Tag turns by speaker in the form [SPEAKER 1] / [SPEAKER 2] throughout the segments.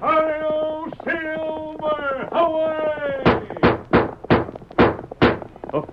[SPEAKER 1] Hail Silver! Away! A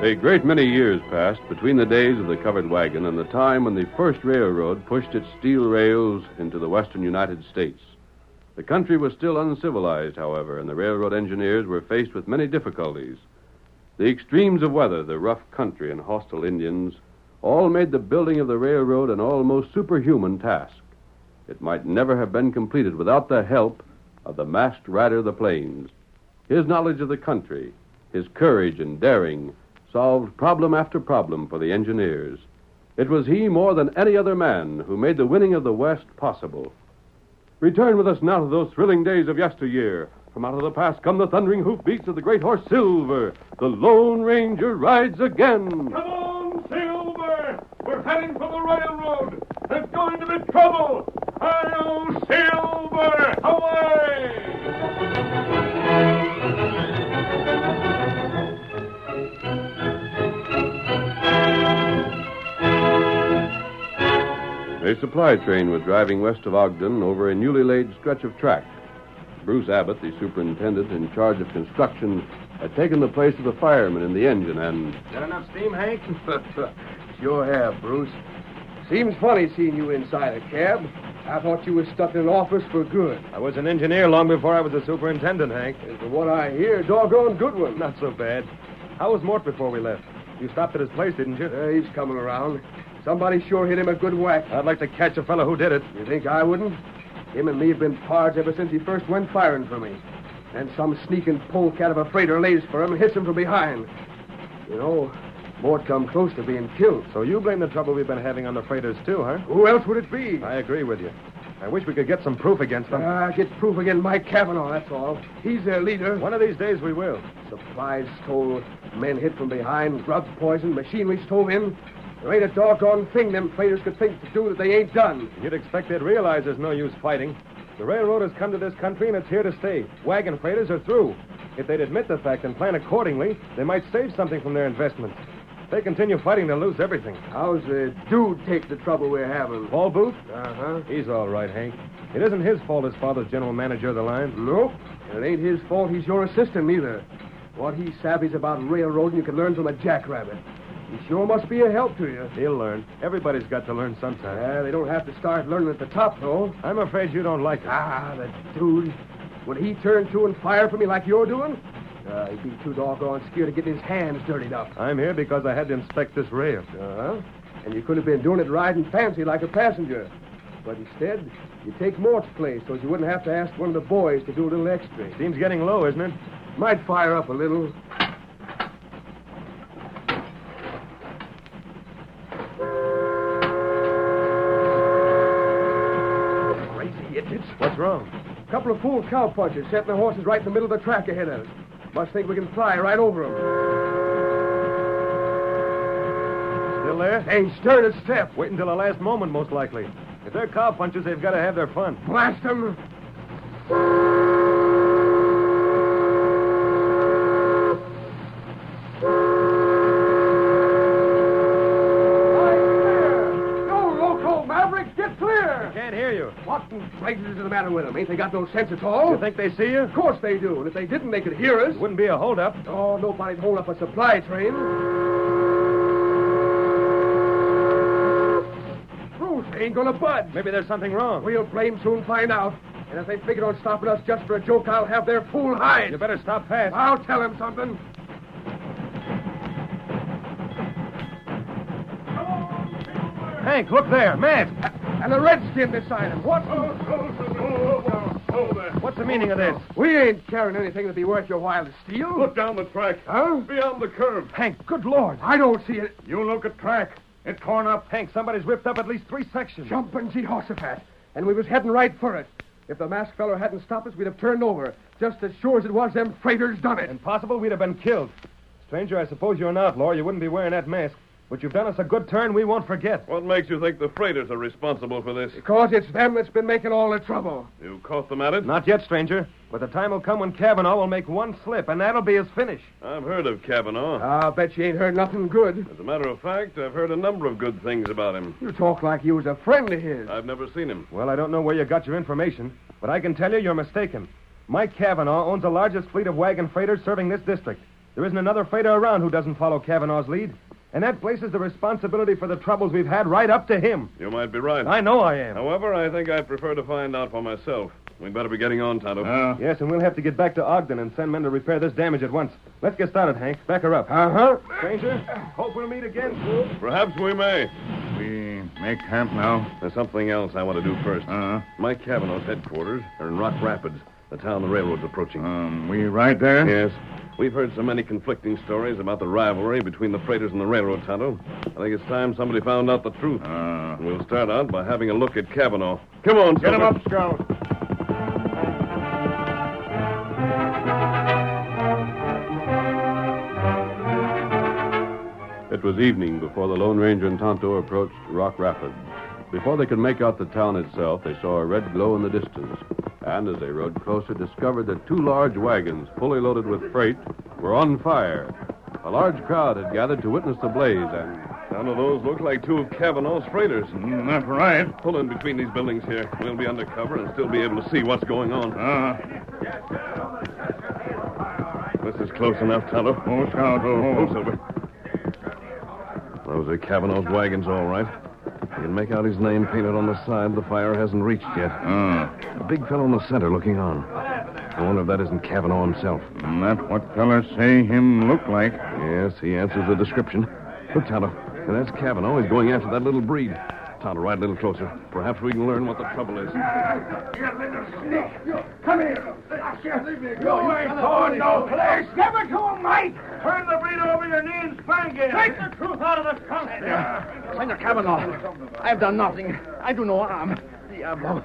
[SPEAKER 1] A great many years passed between the days of the covered wagon and the time when the first railroad pushed its steel rails into the western United States. The country was still uncivilized, however, and the railroad engineers were faced with many difficulties. The extremes of weather, the rough country, and hostile Indians all made the building of the railroad an almost superhuman task. It might never have been completed without the help of the masked rider of the plains. His knowledge of the country, his courage and daring, solved problem after problem for the engineers. It was he, more than any other man, who made the winning of the West possible. Return with us now to those thrilling days of yesteryear. From out of the past come the thundering hoofbeats of the great horse Silver. The Lone Ranger rides again.
[SPEAKER 2] Come on, Silver! We're heading for the railroad! There's going to be trouble! Hi-yo, Silver! Away!
[SPEAKER 1] A supply train was driving west of Ogden over a newly laid stretch of track. Bruce Abbott, the superintendent in charge of construction, had taken the place of the fireman in the engine, and
[SPEAKER 3] Got enough steam, Hank? sure have, Bruce. Seems funny seeing you inside a cab. I thought you were stuck in an office for good.
[SPEAKER 4] I was an engineer long before I was a superintendent, Hank.
[SPEAKER 3] And from what I hear, doggone good one.
[SPEAKER 4] Not so bad. How was Mort before we left? You stopped at his place, didn't you?
[SPEAKER 3] Uh, he's coming around. Somebody sure hit him a good whack.
[SPEAKER 4] I'd like to catch the fellow who did it.
[SPEAKER 3] You think I wouldn't? Him and me have been pards ever since he first went firing for me. Then some sneaking polecat of a freighter lays for him and hits him from behind. You know, Mort come close to being killed.
[SPEAKER 4] So you blame the trouble we've been having on the freighters, too, huh?
[SPEAKER 3] Who else would it be?
[SPEAKER 4] I agree with you. I wish we could get some proof against them.
[SPEAKER 3] Ah, get proof against Mike Cavanaugh, that's all. He's their leader.
[SPEAKER 4] One of these days we will.
[SPEAKER 3] Supplies stole, men hit from behind, grub poisoned, machinery stove in. There ain't a doggone thing them freighters could think to do that they ain't done.
[SPEAKER 4] You'd expect they'd realize there's no use fighting. The railroad has come to this country and it's here to stay. Wagon freighters are through. If they'd admit the fact and plan accordingly, they might save something from their investments. If they continue fighting, they'll lose everything.
[SPEAKER 3] How's the dude take the trouble we're having?
[SPEAKER 4] Paul Booth?
[SPEAKER 3] Uh huh.
[SPEAKER 4] He's all right, Hank. It isn't his fault his father's general manager of the line.
[SPEAKER 3] Nope. And it ain't his fault he's your assistant, either. What he savvies about railroading you can learn from a jackrabbit. He sure must be a help to you.
[SPEAKER 4] He'll learn. Everybody's got to learn sometime.
[SPEAKER 3] Yeah, they don't have to start learning at the top, though.
[SPEAKER 4] I'm afraid you don't like it.
[SPEAKER 3] Ah, the dude. Would he turn to and fire for me like you're doing? Uh, he'd be too doggone scared to get his hands dirtied up.
[SPEAKER 4] I'm here because I had to inspect this rail.
[SPEAKER 3] Uh-huh. And you could have been doing it riding fancy like a passenger. But instead, you take Mort's place so you wouldn't have to ask one of the boys to do a little extra.
[SPEAKER 5] Seems getting low, isn't it?
[SPEAKER 3] Might fire up a little.
[SPEAKER 6] Crazy idiots.
[SPEAKER 5] What's wrong?
[SPEAKER 3] Couple of fool cowpunchers setting their horses right in the middle of the track ahead of us. Must think we can fly right over them.
[SPEAKER 5] Still there?
[SPEAKER 3] Ain't stirred a step.
[SPEAKER 5] Wait until the last moment, most likely. If they're cowpunchers, they've got to have their fun.
[SPEAKER 3] Blast them!
[SPEAKER 5] I can't hear you.
[SPEAKER 3] What in blazes is the matter with them? Ain't they got no sense at all?
[SPEAKER 5] You think they see you?
[SPEAKER 3] Of course they do. And if they didn't, they could hear us.
[SPEAKER 5] Wouldn't be a holdup.
[SPEAKER 3] Oh, nobody'd hold up a supply train. Bruce ain't gonna bud.
[SPEAKER 5] Maybe there's something wrong.
[SPEAKER 3] We'll blame soon find out. And if they figure on stopping us just for a joke, I'll have their fool hide.
[SPEAKER 5] You better stop fast.
[SPEAKER 3] I'll tell them something.
[SPEAKER 5] Hank, look there. Matt.
[SPEAKER 3] And a redskin beside him. What?
[SPEAKER 5] What's the meaning of this?
[SPEAKER 3] We ain't carrying anything that'd be worth your while to steal.
[SPEAKER 7] Look down the track.
[SPEAKER 3] Huh?
[SPEAKER 7] Beyond the curve.
[SPEAKER 5] Hank, good Lord.
[SPEAKER 3] I don't see it.
[SPEAKER 7] You look at track. It's torn up.
[SPEAKER 5] Hank, somebody's ripped up at least three sections.
[SPEAKER 3] Jumpin' Jehoshaphat. And we was heading right for it. If the masked feller hadn't stopped us, we'd have turned over. Just as sure as it was them freighters done it.
[SPEAKER 5] Impossible we'd have been killed. Stranger, I suppose you're an outlaw. You wouldn't be wearing that mask. But you've done us a good turn we won't forget.
[SPEAKER 1] What makes you think the freighters are responsible for this?
[SPEAKER 3] Because it's them that's been making all the trouble.
[SPEAKER 1] You caught them at it?
[SPEAKER 5] Not yet, stranger. But the time will come when Kavanaugh will make one slip, and that'll be his finish.
[SPEAKER 1] I've heard of Kavanaugh.
[SPEAKER 3] I'll bet you ain't heard nothing good.
[SPEAKER 1] As a matter of fact, I've heard a number of good things about him.
[SPEAKER 3] You talk like you was a friend of his.
[SPEAKER 1] I've never seen him.
[SPEAKER 5] Well, I don't know where you got your information, but I can tell you you're mistaken. Mike Kavanaugh owns the largest fleet of wagon freighters serving this district. There isn't another freighter around who doesn't follow Kavanaugh's lead. And that places the responsibility for the troubles we've had right up to him.
[SPEAKER 1] You might be right.
[SPEAKER 5] I know I am.
[SPEAKER 1] However, I think I'd prefer to find out for myself. We'd better be getting on, Tonto.
[SPEAKER 5] Yes, and we'll have to get back to Ogden and send men to repair this damage at once. Let's get started, Hank. Back her up. Uh huh. Stranger, hope we'll meet again.
[SPEAKER 1] Perhaps we may.
[SPEAKER 6] We make camp now.
[SPEAKER 1] There's something else I want to do first.
[SPEAKER 6] Uh,
[SPEAKER 1] Mike Kavanaugh's headquarters are in Rock Rapids, the town the railroad's approaching.
[SPEAKER 6] um, we ride there?
[SPEAKER 1] Yes. We've heard so many conflicting stories about the rivalry between the freighters and the railroad, Tonto. I think it's time somebody found out the truth.
[SPEAKER 6] Uh,
[SPEAKER 1] We'll start out by having a look at Kavanaugh. Come on, get him up, Scout. It was evening before the Lone Ranger and Tonto approached Rock Rapids. Before they could make out the town itself, they saw a red glow in the distance, and as they rode closer, discovered that two large wagons, fully loaded with freight, were on fire. A large crowd had gathered to witness the blaze, and none of those looked like two of Kavanaugh's freighters.
[SPEAKER 6] mm, that's right.
[SPEAKER 1] Pull in between these buildings here. We'll be under cover and still be able to see what's going on.
[SPEAKER 6] Uh,
[SPEAKER 1] This is close enough, Tonto.
[SPEAKER 6] oh, Scout, oh,
[SPEAKER 1] Move, Silver. Those are Kavanaugh's wagons, all right. You can make out his name painted on the side the fire hasn't reached yet.
[SPEAKER 6] Uh,
[SPEAKER 1] A big fellow in the center looking on. I wonder if that isn't Kavanaugh himself.
[SPEAKER 6] and that what fellers say him look like.
[SPEAKER 1] Yes, he answers the description. Look, Tonto. And that's Kavanaugh. He's going after that little breed. Tonto, ride a little closer. Perhaps we can learn what the trouble is.
[SPEAKER 3] Come here. I can't leave me. You, ain't going no place. Give it to him, Mike. Turn the breed over your knee and spank it. Take the truth out of the country. Senor Kavanaugh, I've done nothing. I do no harm. Diablo.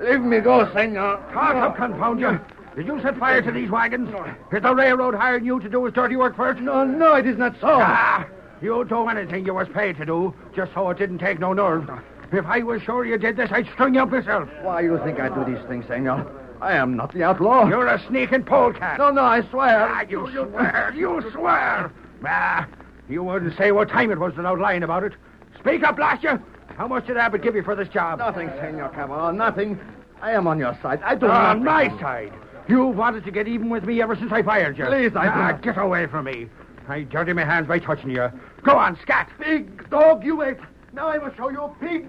[SPEAKER 3] Leave me go, senor. Talk up, confound you. Did you set fire to these wagons? Did the railroad hire you to do his dirty work first? No, no, it is not so. Ah, you do anything you was paid to do, just so it didn't take no nerve. If I was sure you did this, I'd string you up myself.
[SPEAKER 8] Why you think I do these things, senor? I am not the outlaw.
[SPEAKER 3] You're a sneaking polecat.
[SPEAKER 8] No, no, I swear.
[SPEAKER 3] Ah, you swear. You swear. Ah, you wouldn't say what time it was without lying about it. Speak up, blast you. How much did Abbott give you for this job?
[SPEAKER 8] Nothing, senor Cavanaugh, nothing. I am on your side. I do nothing.
[SPEAKER 3] On my side. You wanted to get even with me ever since I fired you.
[SPEAKER 8] Please, I do
[SPEAKER 3] Ah,
[SPEAKER 8] not.
[SPEAKER 3] get away from me. I dirty my hands by touching you. Go on, scat. Big dog, you wait.
[SPEAKER 9] Now I will show you a pig.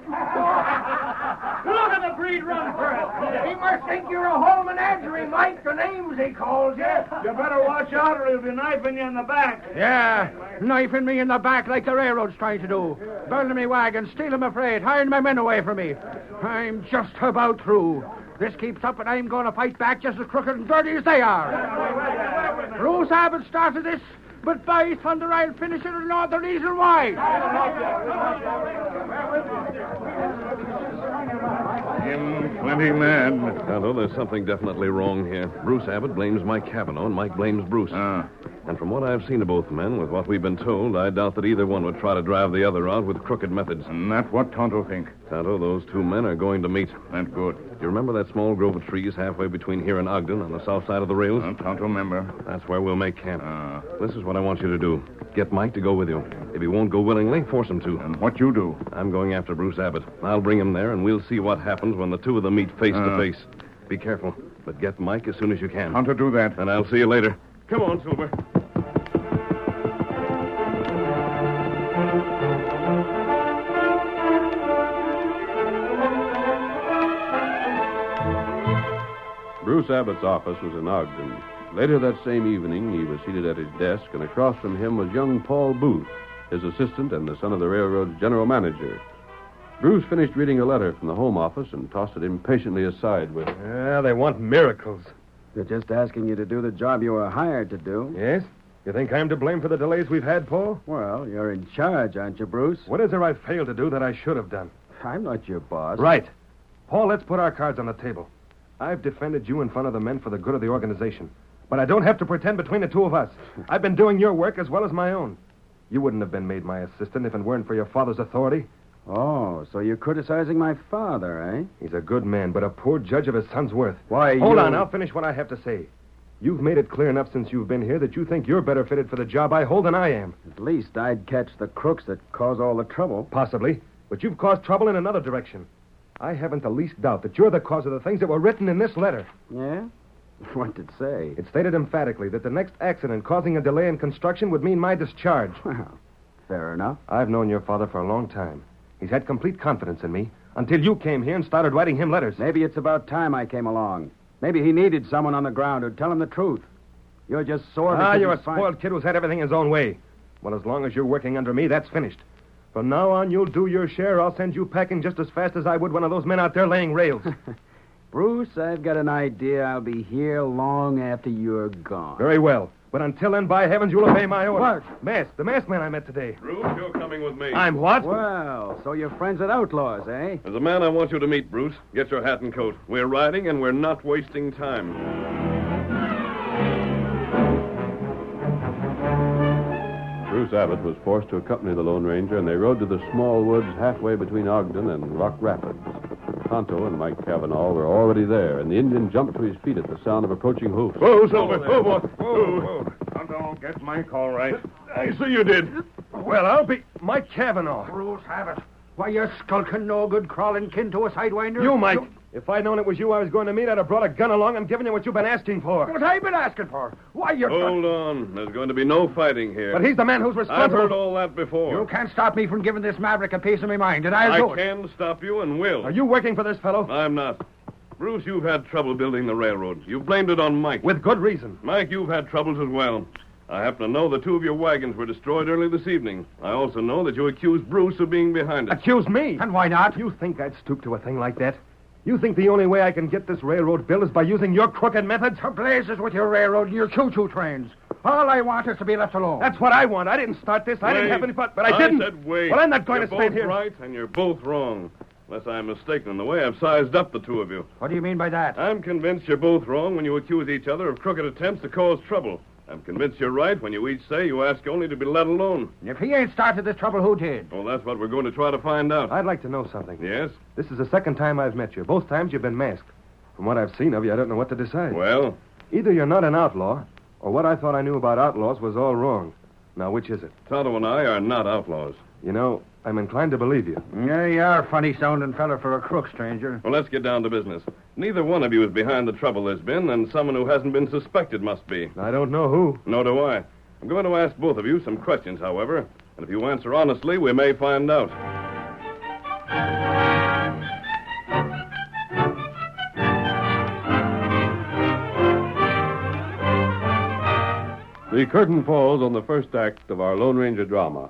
[SPEAKER 10] Look at the breed run for it. He must think you're a whole menagerie, Mike. The names he calls you. You better watch out or he'll be knifing you in the back.
[SPEAKER 9] Yeah, knifing me in the back like the railroad's trying to do. Burning me wagon, stealing my freight, hiring my men away from me. I'm just about through. This keeps up, and I'm going to fight back just as crooked and dirty as they are. Bruce Abbott started this, but by thunder, I'll finish it and know the reason why.
[SPEAKER 6] Him plenty mad.
[SPEAKER 1] Tonto, there's something definitely wrong here. Bruce Abbott blames Mike Cavanaugh, and Mike blames Bruce.
[SPEAKER 6] Ah,
[SPEAKER 1] And from what I've seen of both men, with what we've been told, I doubt that either one would try to drive the other out with crooked methods.
[SPEAKER 6] and that what Tonto think.
[SPEAKER 1] Tonto, those two men are going to meet.
[SPEAKER 6] That good.
[SPEAKER 1] You remember that small grove of trees halfway between here and Ogden on the south side of the rails?
[SPEAKER 6] Uh, Tonto member.
[SPEAKER 1] That's where we'll make camp.
[SPEAKER 6] Ah,
[SPEAKER 1] This is what I want you to do. Get Mike to go with you. If he won't go willingly, force him to.
[SPEAKER 6] and what you do?
[SPEAKER 1] I'm going after Bruce Abbott. I'll bring him there, and we'll see what happens when the two of them meet face to
[SPEAKER 6] Uh.
[SPEAKER 1] face. Be careful, but get Mike as soon as you can.
[SPEAKER 6] Tonto do that. Uh,
[SPEAKER 1] And I'll see you later. Come on, Silver. Bruce Abbott's office was in Ogden. Later that same evening, he was seated at his desk, and across from him was young Paul Booth, his assistant and the son of the railroad's general manager. Bruce finished reading a letter from the home office and tossed it impatiently aside with,
[SPEAKER 3] Yeah, they want miracles.
[SPEAKER 11] They're just asking you to do the job you were hired to do.
[SPEAKER 3] Yes? You think I'm to blame for the delays we've had, Paul?
[SPEAKER 11] Well, you're in charge, aren't you, Bruce?
[SPEAKER 3] What is there I failed to do that I should have done?
[SPEAKER 11] I'm not your boss.
[SPEAKER 3] Right. Paul, let's put our cards on the table. I've defended you in front of the men for the good of the organization. But I don't have to pretend between the two of us. I've been doing your work as well as my own. You wouldn't have been made my assistant if it weren't for your father's authority.
[SPEAKER 11] Oh, so you're criticizing my father, eh?
[SPEAKER 3] He's a good man, but a poor judge of his son's worth.
[SPEAKER 11] Why,
[SPEAKER 3] Hold
[SPEAKER 11] you-
[SPEAKER 3] on, I'll finish what I have to say. You've made it clear enough since you've been here that you think you're better fitted for the job I hold than I am.
[SPEAKER 11] At least I'd catch the crooks that cause all the trouble.
[SPEAKER 3] Possibly. But you've caused trouble in another direction. I haven't the least doubt that you're the cause of the things that were written in this letter.
[SPEAKER 11] Yeah? What'd it say?
[SPEAKER 3] It stated emphatically that the next accident causing a delay in construction would mean my discharge.
[SPEAKER 11] Well, fair enough.
[SPEAKER 3] I've known your father for a long time. He's had complete confidence in me until you came here and started writing him letters.
[SPEAKER 11] Maybe it's about time I came along. Maybe he needed someone on the ground who'd tell him the truth. You're just sore.
[SPEAKER 3] Ah,
[SPEAKER 11] because
[SPEAKER 3] you're
[SPEAKER 11] you
[SPEAKER 3] a
[SPEAKER 11] find-
[SPEAKER 3] spoiled kid who's had everything his own way. Well, as long as you're working under me, that's finished. From now on, you'll do your share. I'll send you packing just as fast as I would one of those men out there laying rails.
[SPEAKER 11] Bruce, I've got an idea. I'll be here long after you're gone.
[SPEAKER 3] Very well. But until then, by heavens, you'll obey my orders. What? Mass, the masked man I met today.
[SPEAKER 1] Bruce, you're coming with me.
[SPEAKER 3] I'm what?
[SPEAKER 11] Well, so you're friends at Outlaws, eh?
[SPEAKER 1] There's a man I want you to meet, Bruce. Get your hat and coat. We're riding, and we're not wasting time. Bruce Abbott was forced to accompany the Lone Ranger, and they rode to the small woods halfway between Ogden and Rock Rapids. Tonto and Mike Cavanaugh were already there, and the Indian jumped to his feet at the sound of approaching hoofs.
[SPEAKER 6] Whoa, Silver. Whoa, boy.
[SPEAKER 3] Whoa, whoa.
[SPEAKER 6] Tonto, get Mike all right.
[SPEAKER 3] I see you did. Well, I'll be. Mike Cavanaugh.
[SPEAKER 9] Bruce Abbott. Why, you're skulking no good crawling kin to a sidewinder.
[SPEAKER 3] You, Mike. If I'd known it was you I was going to meet, I'd have brought a gun along and given you what you've been asking for.
[SPEAKER 9] What I've been asking for. Why, you're...
[SPEAKER 1] Hold on. There's going to be no fighting here.
[SPEAKER 3] But he's the man who's
[SPEAKER 1] I've
[SPEAKER 3] responsible.
[SPEAKER 1] heard all that before.
[SPEAKER 9] You can't stop me from giving this maverick a piece of my mind, and I'll
[SPEAKER 1] I
[SPEAKER 9] do it.
[SPEAKER 1] can stop you and will.
[SPEAKER 3] Are you working for this fellow?
[SPEAKER 1] I'm not. Bruce, you've had trouble building the railroad. You blamed it on Mike.
[SPEAKER 3] With good reason.
[SPEAKER 1] Mike, you've had troubles as well. I happen to know the two of your wagons were destroyed early this evening. I also know that you accused Bruce of being behind it.
[SPEAKER 3] Accuse me.
[SPEAKER 9] And why not?
[SPEAKER 3] You think I'd stoop to a thing like that? You think the only way I can get this railroad built is by using your crooked methods?
[SPEAKER 9] To blazes with your railroad and your choo-choo trains. All I want is to be left alone.
[SPEAKER 3] That's what I want. I didn't start this. I didn't
[SPEAKER 1] Wait.
[SPEAKER 3] have any fun, but I didn't.
[SPEAKER 1] said wait.
[SPEAKER 3] Well, I'm not going
[SPEAKER 1] you're
[SPEAKER 3] to stand
[SPEAKER 1] both
[SPEAKER 3] here.
[SPEAKER 1] right and you're both wrong. Unless I'm mistaken in the way I've sized up the two of you.
[SPEAKER 9] What do you mean by that?
[SPEAKER 1] I'm convinced you're both wrong when you accuse each other of crooked attempts to cause trouble. I'm convinced you're right when you each say you ask only to be let alone.
[SPEAKER 9] If he ain't started this trouble, who did?
[SPEAKER 1] Well, that's what we're going to try to find out.
[SPEAKER 3] I'd like to know something.
[SPEAKER 1] Yes?
[SPEAKER 3] This is the second time I've met you. Both times you've been masked. From what I've seen of you, I don't know what to decide.
[SPEAKER 1] Well,
[SPEAKER 3] Either you're not an outlaw, or what I thought I knew about outlaws was all wrong. Now, which is it?
[SPEAKER 1] Tonto and I are not outlaws.
[SPEAKER 3] You know, I'm inclined to believe you.
[SPEAKER 9] Yeah, you are a funny sounding feller for a crook, stranger.
[SPEAKER 1] Well, let's get down to business. Neither one of you is behind the trouble there's been, and someone who hasn't been suspected must be.
[SPEAKER 3] I don't know who.
[SPEAKER 1] Nor do I. I'm going to ask both of you some questions, however, and if you answer honestly, we may find out.
[SPEAKER 12] The curtain falls on the first act of our Lone Ranger drama.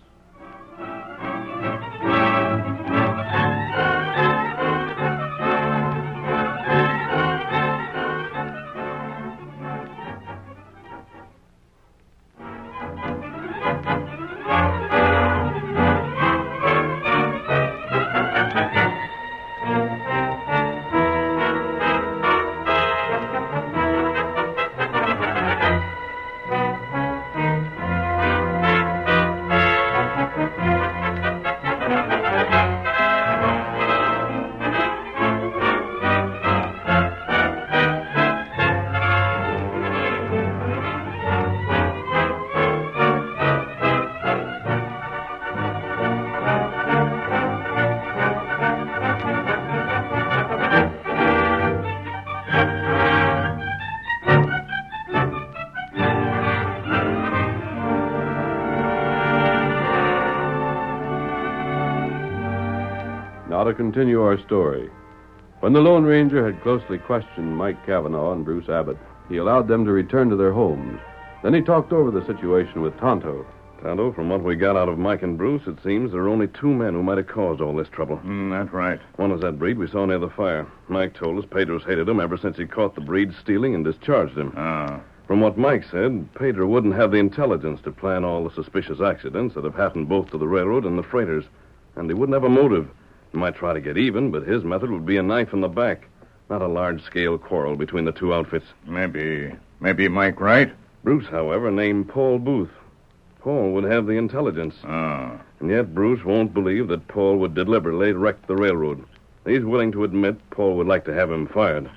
[SPEAKER 12] Now to continue our story. When the Lone Ranger had closely questioned Mike Cavanaugh and Bruce Abbott, he allowed them to return to their homes. Then he talked over the situation with Tonto.
[SPEAKER 1] Tonto, from what we got out of Mike and Bruce, it seems there are only two men who might have caused all this trouble.
[SPEAKER 6] Mm, that's right.
[SPEAKER 1] One was that breed we saw near the fire. Mike told us Pedro's hated him ever since he caught the breed stealing and discharged him.
[SPEAKER 6] Ah.
[SPEAKER 1] From what Mike said, Pedro wouldn't have the intelligence to plan all the suspicious accidents that have happened both to the railroad and the freighters. And he wouldn't have a motive. He might try to get even, but his method would be a knife in the back, not a large scale quarrel between the two outfits.
[SPEAKER 6] Maybe. Maybe Mike Wright?
[SPEAKER 1] Bruce, however, named Paul Booth. Paul would have the intelligence.
[SPEAKER 6] Ah.
[SPEAKER 1] And yet Bruce won't believe that Paul would deliberately wreck the railroad. He's willing to admit Paul would like to have him fired.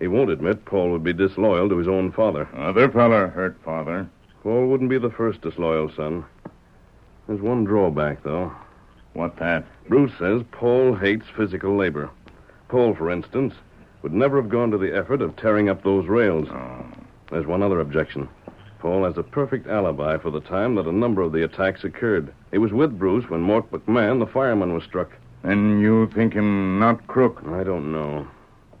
[SPEAKER 1] He won't admit Paul would be disloyal to his own father.
[SPEAKER 6] Other fella hurt father.
[SPEAKER 1] Paul wouldn't be the first disloyal son. There's one drawback, though.
[SPEAKER 6] What that?
[SPEAKER 1] Bruce says Paul hates physical labor. Paul, for instance, would never have gone to the effort of tearing up those rails.
[SPEAKER 6] Oh.
[SPEAKER 1] There's one other objection. Paul has a perfect alibi for the time that a number of the attacks occurred. He was with Bruce when Mort McMahon, the fireman, was struck.
[SPEAKER 6] Then you think him not crook?
[SPEAKER 1] I don't know.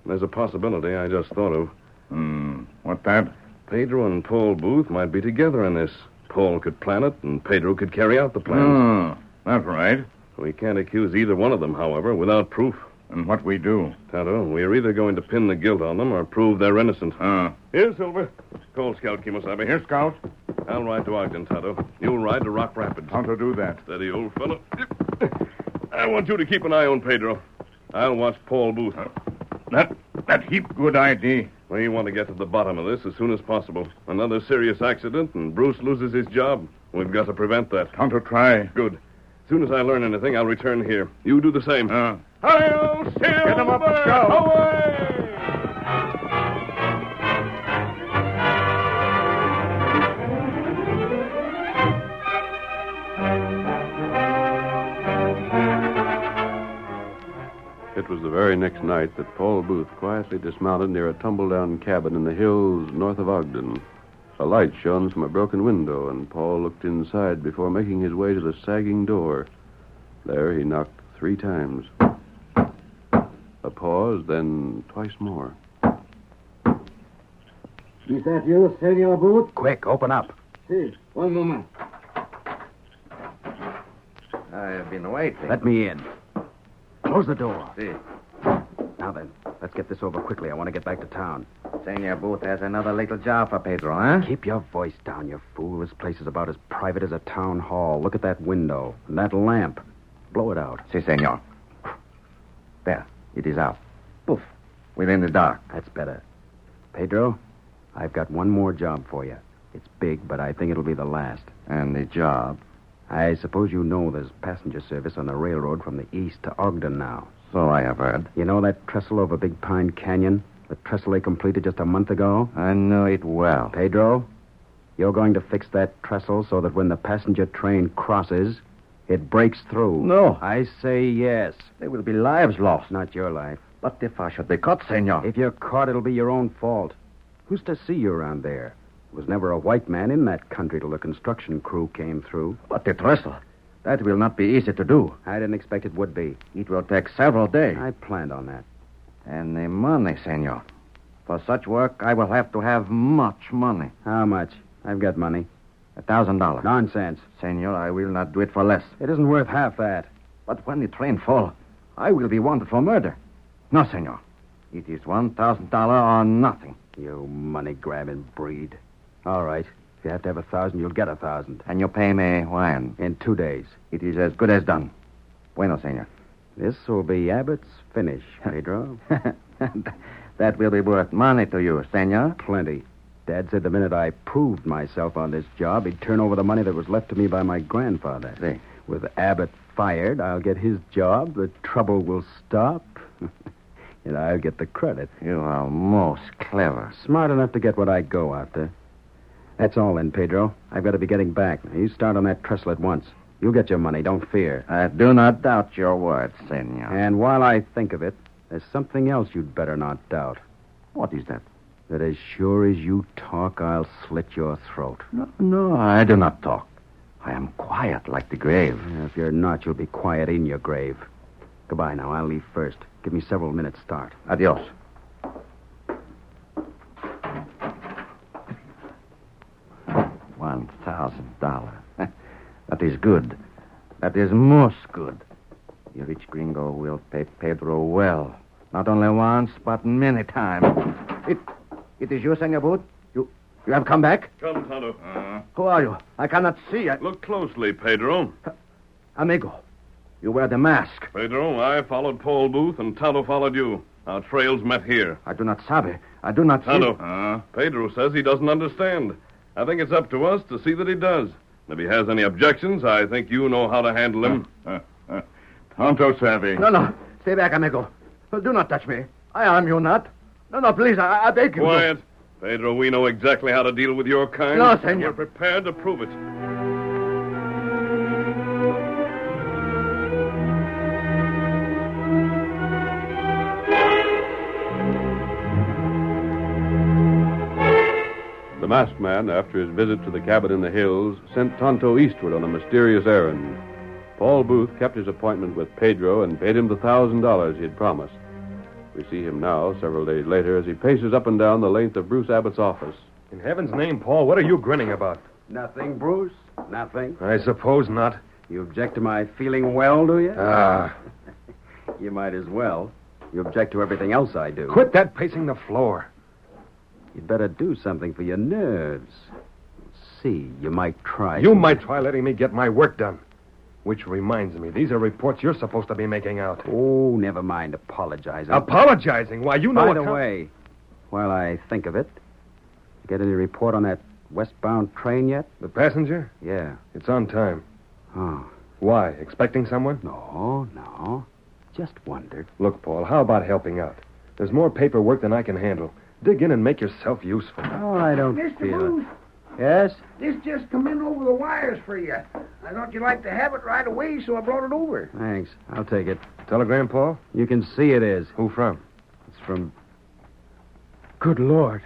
[SPEAKER 1] There's a possibility I just thought of.
[SPEAKER 6] Hmm. What that?
[SPEAKER 1] Pedro and Paul Booth might be together in this. Paul could plan it, and Pedro could carry out the plan.
[SPEAKER 6] Ah. That's right.
[SPEAKER 1] We can't accuse either one of them, however, without proof.
[SPEAKER 6] And what we do?
[SPEAKER 1] Tonto, we're either going to pin the guilt on them or prove they're innocent.
[SPEAKER 6] Ah.
[SPEAKER 1] Uh, Here, Silver. Call Scout Kimosabe. Here,
[SPEAKER 6] Scout.
[SPEAKER 1] I'll ride to Ogden, Tonto. You'll ride to Rock Rapids.
[SPEAKER 6] How to do that?
[SPEAKER 1] Steady, old fellow. I want you to keep an eye on Pedro. I'll watch Paul Booth.
[SPEAKER 6] That that heap good idea.
[SPEAKER 1] We want to get to the bottom of this as soon as possible. Another serious accident, and Bruce loses his job. We've got to prevent that.
[SPEAKER 6] How to try?
[SPEAKER 1] Good. As soon as I learn anything, I'll return here. You do the same.
[SPEAKER 6] Ah.
[SPEAKER 13] Hi-yo, Silver! Get
[SPEAKER 6] him up, Scout.
[SPEAKER 13] Away!
[SPEAKER 12] It was the very next night that Paul Booth quietly dismounted near a tumble-down cabin in the hills north of Ogden. A light shone from a broken window, and Paul looked inside before making his way to the sagging door. There he knocked three times. A pause, then twice more.
[SPEAKER 3] Is that you, Senor Booth?
[SPEAKER 14] Quick, open up.
[SPEAKER 3] Si. One moment.
[SPEAKER 14] I've been waiting. Let me in. Close the door. See. Now then, let's get this over quickly. I want to get back to town.
[SPEAKER 3] Senor Booth has another little job for Pedro, huh?
[SPEAKER 14] Keep your voice down, you fool. This place is about as private as a town hall. Look at that window and that lamp. Blow it out.
[SPEAKER 3] Si, senor. There. It is out. Poof. Within the dark.
[SPEAKER 14] That's better. Pedro, I've got one more job for you. It's big, but I think it'll be the last.
[SPEAKER 3] And the job.
[SPEAKER 14] I suppose you know there's passenger service on the railroad from the east to Ogden now.
[SPEAKER 3] So I have heard.
[SPEAKER 14] You know that trestle over Big Pine Canyon? The trestle they completed just a month ago?
[SPEAKER 3] I know it well.
[SPEAKER 14] Pedro, you're going to fix that trestle so that when the passenger train crosses, it breaks through.
[SPEAKER 3] No.
[SPEAKER 14] I say yes.
[SPEAKER 3] There will be lives lost.
[SPEAKER 14] It's not your life.
[SPEAKER 3] But if I should be caught, senor?
[SPEAKER 14] If you're caught, it'll be your own fault. Who's to see you around there? was never a white man in that country till the construction crew came through. But the trestle, that will not be easy to do. I didn't expect it would be. It will take several days. I planned on that. And the money, senor. For such work, I will have to have much money. How much? I've got money. A thousand dollars. Nonsense. Senor, I will not do it for less. It isn't worth half that. But when the train fall, I will be wanted for murder. No, senor. It is one thousand dollar or nothing. You money grabbing breed. All right. If you have to have a thousand, you'll get a thousand. And you pay me when? In two days. It is as good as done. Bueno, senor. This will be Abbott's finish, Pedro. that will be worth money to you, senor. Plenty. Dad said the minute I proved myself on this job, he'd turn over the money that was left to me by my grandfather. With Abbott fired, I'll get his job, the trouble will stop, and I'll get the credit. You are most clever. Smart enough to get what I go after. That's all then, Pedro. I've got to be getting back. Now, You start on that trestle at once. You'll get your money, don't fear. I do not doubt your word, senor. And while I think of it, there's something else you'd better not doubt. What is that? That as sure as you talk, I'll slit your throat. No, no, I do not talk. I am quiet like the grave. If you're not, you'll be quiet in your grave. Goodbye now. I'll leave first. Give me several minutes' start. Adios. One thousand dollar. That is good. That is most good. The rich gringo will pay Pedro well. Not only once, but many times. It, it is you, Senor Boot? You, you have come back?
[SPEAKER 15] Come, Tonto. uh
[SPEAKER 14] Who are you? I cannot see you.
[SPEAKER 15] Look closely, Pedro.
[SPEAKER 14] Amigo, you wear the mask.
[SPEAKER 15] Pedro, I followed Paul Booth, and Tonto followed you. Our trails met here.
[SPEAKER 14] I do not sabe. I do not see.
[SPEAKER 15] Tonto, Uh, Pedro says he doesn't understand. I think it's up to us to see that he does. And if he has any objections, I think you know how to handle him.
[SPEAKER 6] Ah. Uh, Tonto savvy.
[SPEAKER 14] No, no. Stay back, amigo. Do not touch me. I harm you not. No, no, please, I, I beg you.
[SPEAKER 15] Quiet. Pedro, we know exactly how to deal with your kind.
[SPEAKER 14] No,
[SPEAKER 15] and
[SPEAKER 14] senor.
[SPEAKER 15] We're prepared to prove it.
[SPEAKER 1] The masked man, after his visit to the cabin in the hills, sent Tonto eastward on a mysterious errand. Paul Booth kept his appointment with Pedro and paid him the thousand dollars he had promised. We see him now, several days later, as he paces up and down the length of Bruce Abbott's office.
[SPEAKER 3] In heaven's name, Paul, what are you grinning about?
[SPEAKER 14] Nothing, Bruce. Nothing.
[SPEAKER 3] I suppose not.
[SPEAKER 14] You object to my feeling well, do you?
[SPEAKER 3] Ah.
[SPEAKER 14] You might as well. You object to everything else I do.
[SPEAKER 3] Quit that pacing the floor.
[SPEAKER 14] You'd better do something for your nerves. See, you might try.
[SPEAKER 3] You
[SPEAKER 14] to-
[SPEAKER 3] might try letting me get my work done. Which reminds me, these are reports you're supposed to be making out.
[SPEAKER 14] Oh, never mind apologizing.
[SPEAKER 3] Apologizing? Why, you know.
[SPEAKER 14] By
[SPEAKER 3] a
[SPEAKER 14] the
[SPEAKER 3] com-
[SPEAKER 14] way, while I think of it, get any report on that westbound train yet?
[SPEAKER 3] The passenger?
[SPEAKER 14] Yeah.
[SPEAKER 3] It's on time.
[SPEAKER 14] Oh,
[SPEAKER 3] Why? Expecting someone?
[SPEAKER 14] no, no. Just wondered.
[SPEAKER 3] Look, Paul, how about helping out? There's more paperwork than I can handle. Dig in and make yourself useful.
[SPEAKER 14] Oh, I don't
[SPEAKER 10] Mr.
[SPEAKER 14] feel
[SPEAKER 10] Booth,
[SPEAKER 14] it. Yes?
[SPEAKER 10] this just come in over the wires for you. I thought you'd like to have it right away, so I brought it over.
[SPEAKER 14] Thanks. I'll take it.
[SPEAKER 3] Telegram, Paul?
[SPEAKER 14] You can see it is.
[SPEAKER 3] Who from?
[SPEAKER 14] It's from
[SPEAKER 9] Good Lord.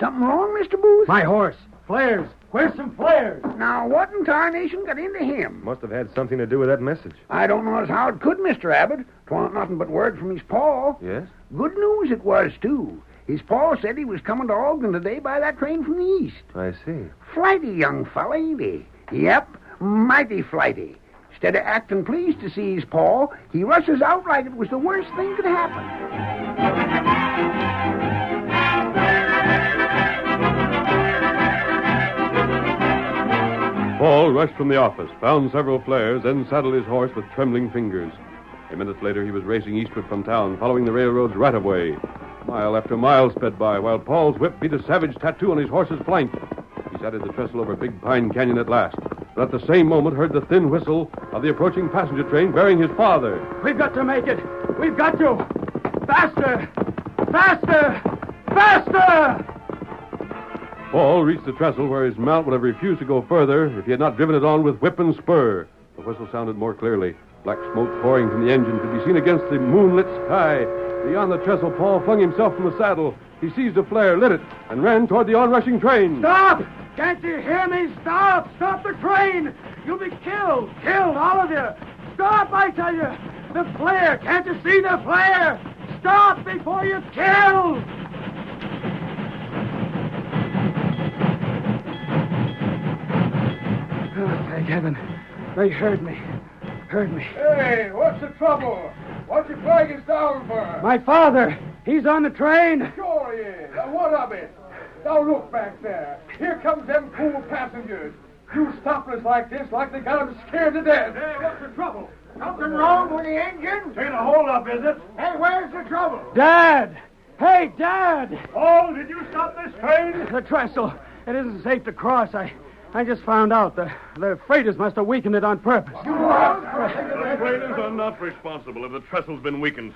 [SPEAKER 10] Something wrong, Mr. Booth?
[SPEAKER 9] My horse. Flares. Where's some flares?
[SPEAKER 10] Now, what in tarnation got into him?
[SPEAKER 3] Must have had something to do with that message.
[SPEAKER 10] I don't know as how it could, Mr. Abbott. 'Twan't nothing but word from his paw.
[SPEAKER 3] Yes?
[SPEAKER 10] Good news it was, too. His paw said he was coming to Ogden today by that train from the east.
[SPEAKER 3] I see.
[SPEAKER 10] Flighty young fella, ain't he? Yep, mighty flighty. Instead of acting pleased to see his paw, he rushes out like it was the worst thing could happen.
[SPEAKER 1] Paul rushed from the office, found several flares, then saddled his horse with trembling fingers. A minute later, he was racing eastward from town, following the railroad's right of way. Mile after mile sped by, while Paul's whip beat a savage tattoo on his horse's flank. He sighted the trestle over Big Pine Canyon at last, but at the same moment heard the thin whistle of the approaching passenger train bearing his father.
[SPEAKER 9] We've got to make it. We've got to. Faster. Faster. Faster.
[SPEAKER 1] Paul reached the trestle where his mount would have refused to go further if he had not driven it on with whip and spur. The whistle sounded more clearly. Black smoke pouring from the engine could be seen against the moonlit sky. Beyond the trestle, Paul flung himself from the saddle.
[SPEAKER 16] He seized a flare, lit it, and ran toward the onrushing train.
[SPEAKER 14] Stop! Can't you hear me? Stop! Stop the train! You'll be killed! Killed, all of you! Stop, I tell you! The flare! Can't you see the flare? Stop before you're killed!
[SPEAKER 17] Oh, thank heaven. They heard me. Heard me.
[SPEAKER 18] Hey, what's the trouble? What you flag is down for?
[SPEAKER 17] My father! He's on the train!
[SPEAKER 18] Sure he is. Now what of it? Now look back there. Here comes them cool passengers. You stopping us like this, like they got 'em scared to death. Hey, what's the trouble? Something wrong with the engine? Ain't a holdup, is it? Hey, where's the trouble?
[SPEAKER 14] Dad! Hey, Dad!
[SPEAKER 18] Paul, Oh, did you stop this train?
[SPEAKER 14] The trestle. It isn't safe to cross. I, I just found out. The, the freighters must have weakened it on purpose.
[SPEAKER 1] The freighters are not responsible if the trestle's been weakened.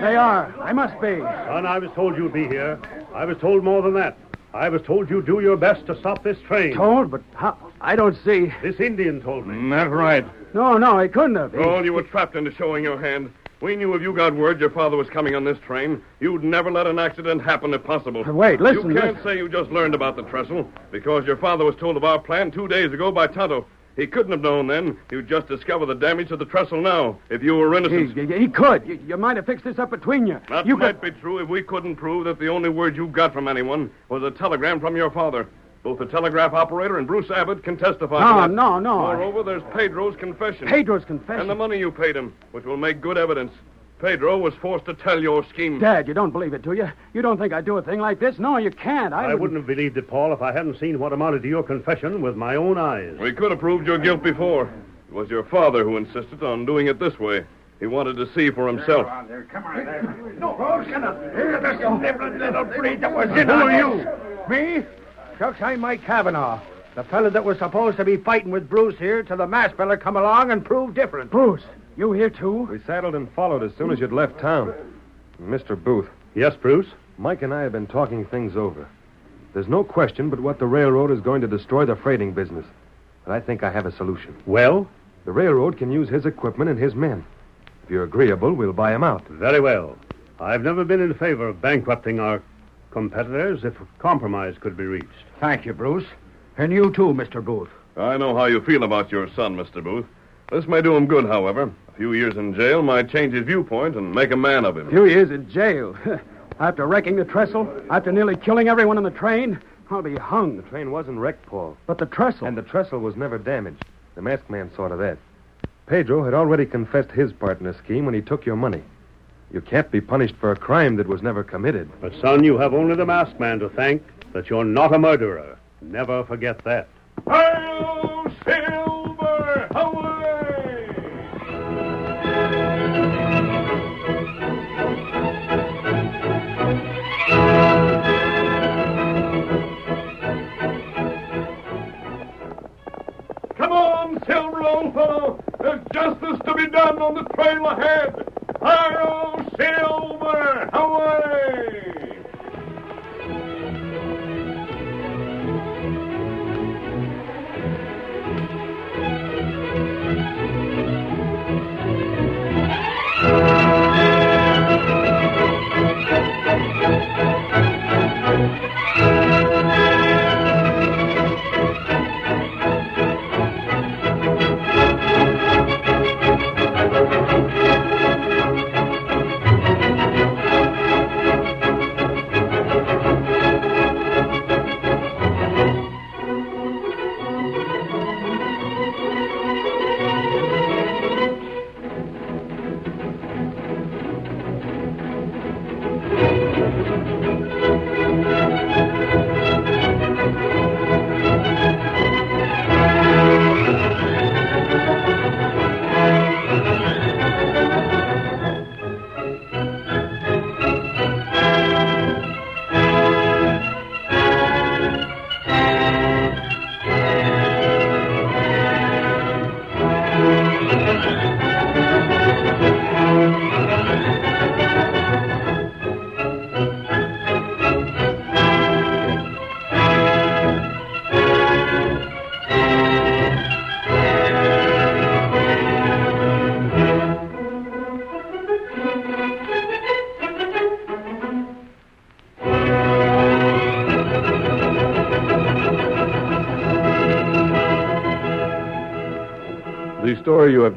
[SPEAKER 14] They are. I must be.
[SPEAKER 19] Son, I was told you'd be here. I was told more than that. I was told you'd do your best to stop this train.
[SPEAKER 14] Told, but how? I don't see.
[SPEAKER 19] This Indian told me.
[SPEAKER 1] That's right.
[SPEAKER 14] No, no, he couldn't have. He-
[SPEAKER 1] Mm. All you were trapped into showing your hand. We knew if you got word your father was coming on this train, you'd never let an accident happen if possible.
[SPEAKER 14] Wait, listen,
[SPEAKER 1] You can't say you just learned about the trestle because your father was told of our plan two days ago by Tonto. He couldn't have known then. You just discovered the damage to the trestle now if you were innocent.
[SPEAKER 14] He, he could. You, you might have fixed this up between you.
[SPEAKER 1] That
[SPEAKER 14] you
[SPEAKER 1] might be true if we couldn't prove that the only word you got from anyone was a telegram from your father. Both the telegraph operator and Bruce Abbott can testify.
[SPEAKER 14] No,
[SPEAKER 1] to that.
[SPEAKER 14] no, no.
[SPEAKER 1] Moreover, there's Pedro's confession.
[SPEAKER 14] Pedro's confession.
[SPEAKER 1] And the money you paid him, which will make good evidence. Pedro was forced to tell your scheme.
[SPEAKER 14] Dad, you don't believe it, do you? You don't think I'd do a thing like this? No, you can't. I,
[SPEAKER 19] I wouldn't have believed it, Paul, if I hadn't seen what amounted to your confession with my own eyes.
[SPEAKER 1] We could have proved your guilt before. It was your father who insisted on doing it this way. He wanted to see for himself.
[SPEAKER 18] Come on, there. No, Rose, get up. Here, this sniveling little breed that was
[SPEAKER 14] Who
[SPEAKER 18] in
[SPEAKER 14] are
[SPEAKER 18] on
[SPEAKER 14] you?
[SPEAKER 18] us.
[SPEAKER 14] Me? Shucks, I'm Mike Cavanaugh. The fella that was supposed to be fighting with Bruce here till the masked fella come along and prove different. Bruce, you here too?
[SPEAKER 3] We saddled and followed as soon as you'd left town. Mr. Booth,
[SPEAKER 19] Yes, Bruce?
[SPEAKER 3] Mike and I have been talking things over. There's no question but what the railroad is going to destroy the freighting business. But I think I have a solution.
[SPEAKER 19] Well?
[SPEAKER 3] The railroad can use his equipment and his men. If you're agreeable, we'll buy him out.
[SPEAKER 19] Very well. I've never been in favor of bankrupting our competitors if compromise could be reached.
[SPEAKER 14] Thank you, Bruce. And you too, Mr. Booth.
[SPEAKER 1] I know how you feel about your son, Mr. Booth. This may do him good, however. A few years in jail might change his viewpoint and make a man of him.
[SPEAKER 14] Few years in jail. After wrecking the trestle, after nearly killing everyone on the train, I'll be hung.
[SPEAKER 3] The train wasn't wrecked, Paul.
[SPEAKER 14] But the trestle.
[SPEAKER 3] And the trestle was never damaged. The masked man saw to that. Pedro had already confessed his part in the scheme when he took your money. You can't be punished for a crime that was never committed.
[SPEAKER 19] But, son, you have only the masked man to thank that you're not a murderer. Never forget that.
[SPEAKER 6] Hail, Silver! Away! Come on, Silver, old fellow! There's justice to be done on the trail ahead! Hail, Silver! Away!
[SPEAKER 1] The story you have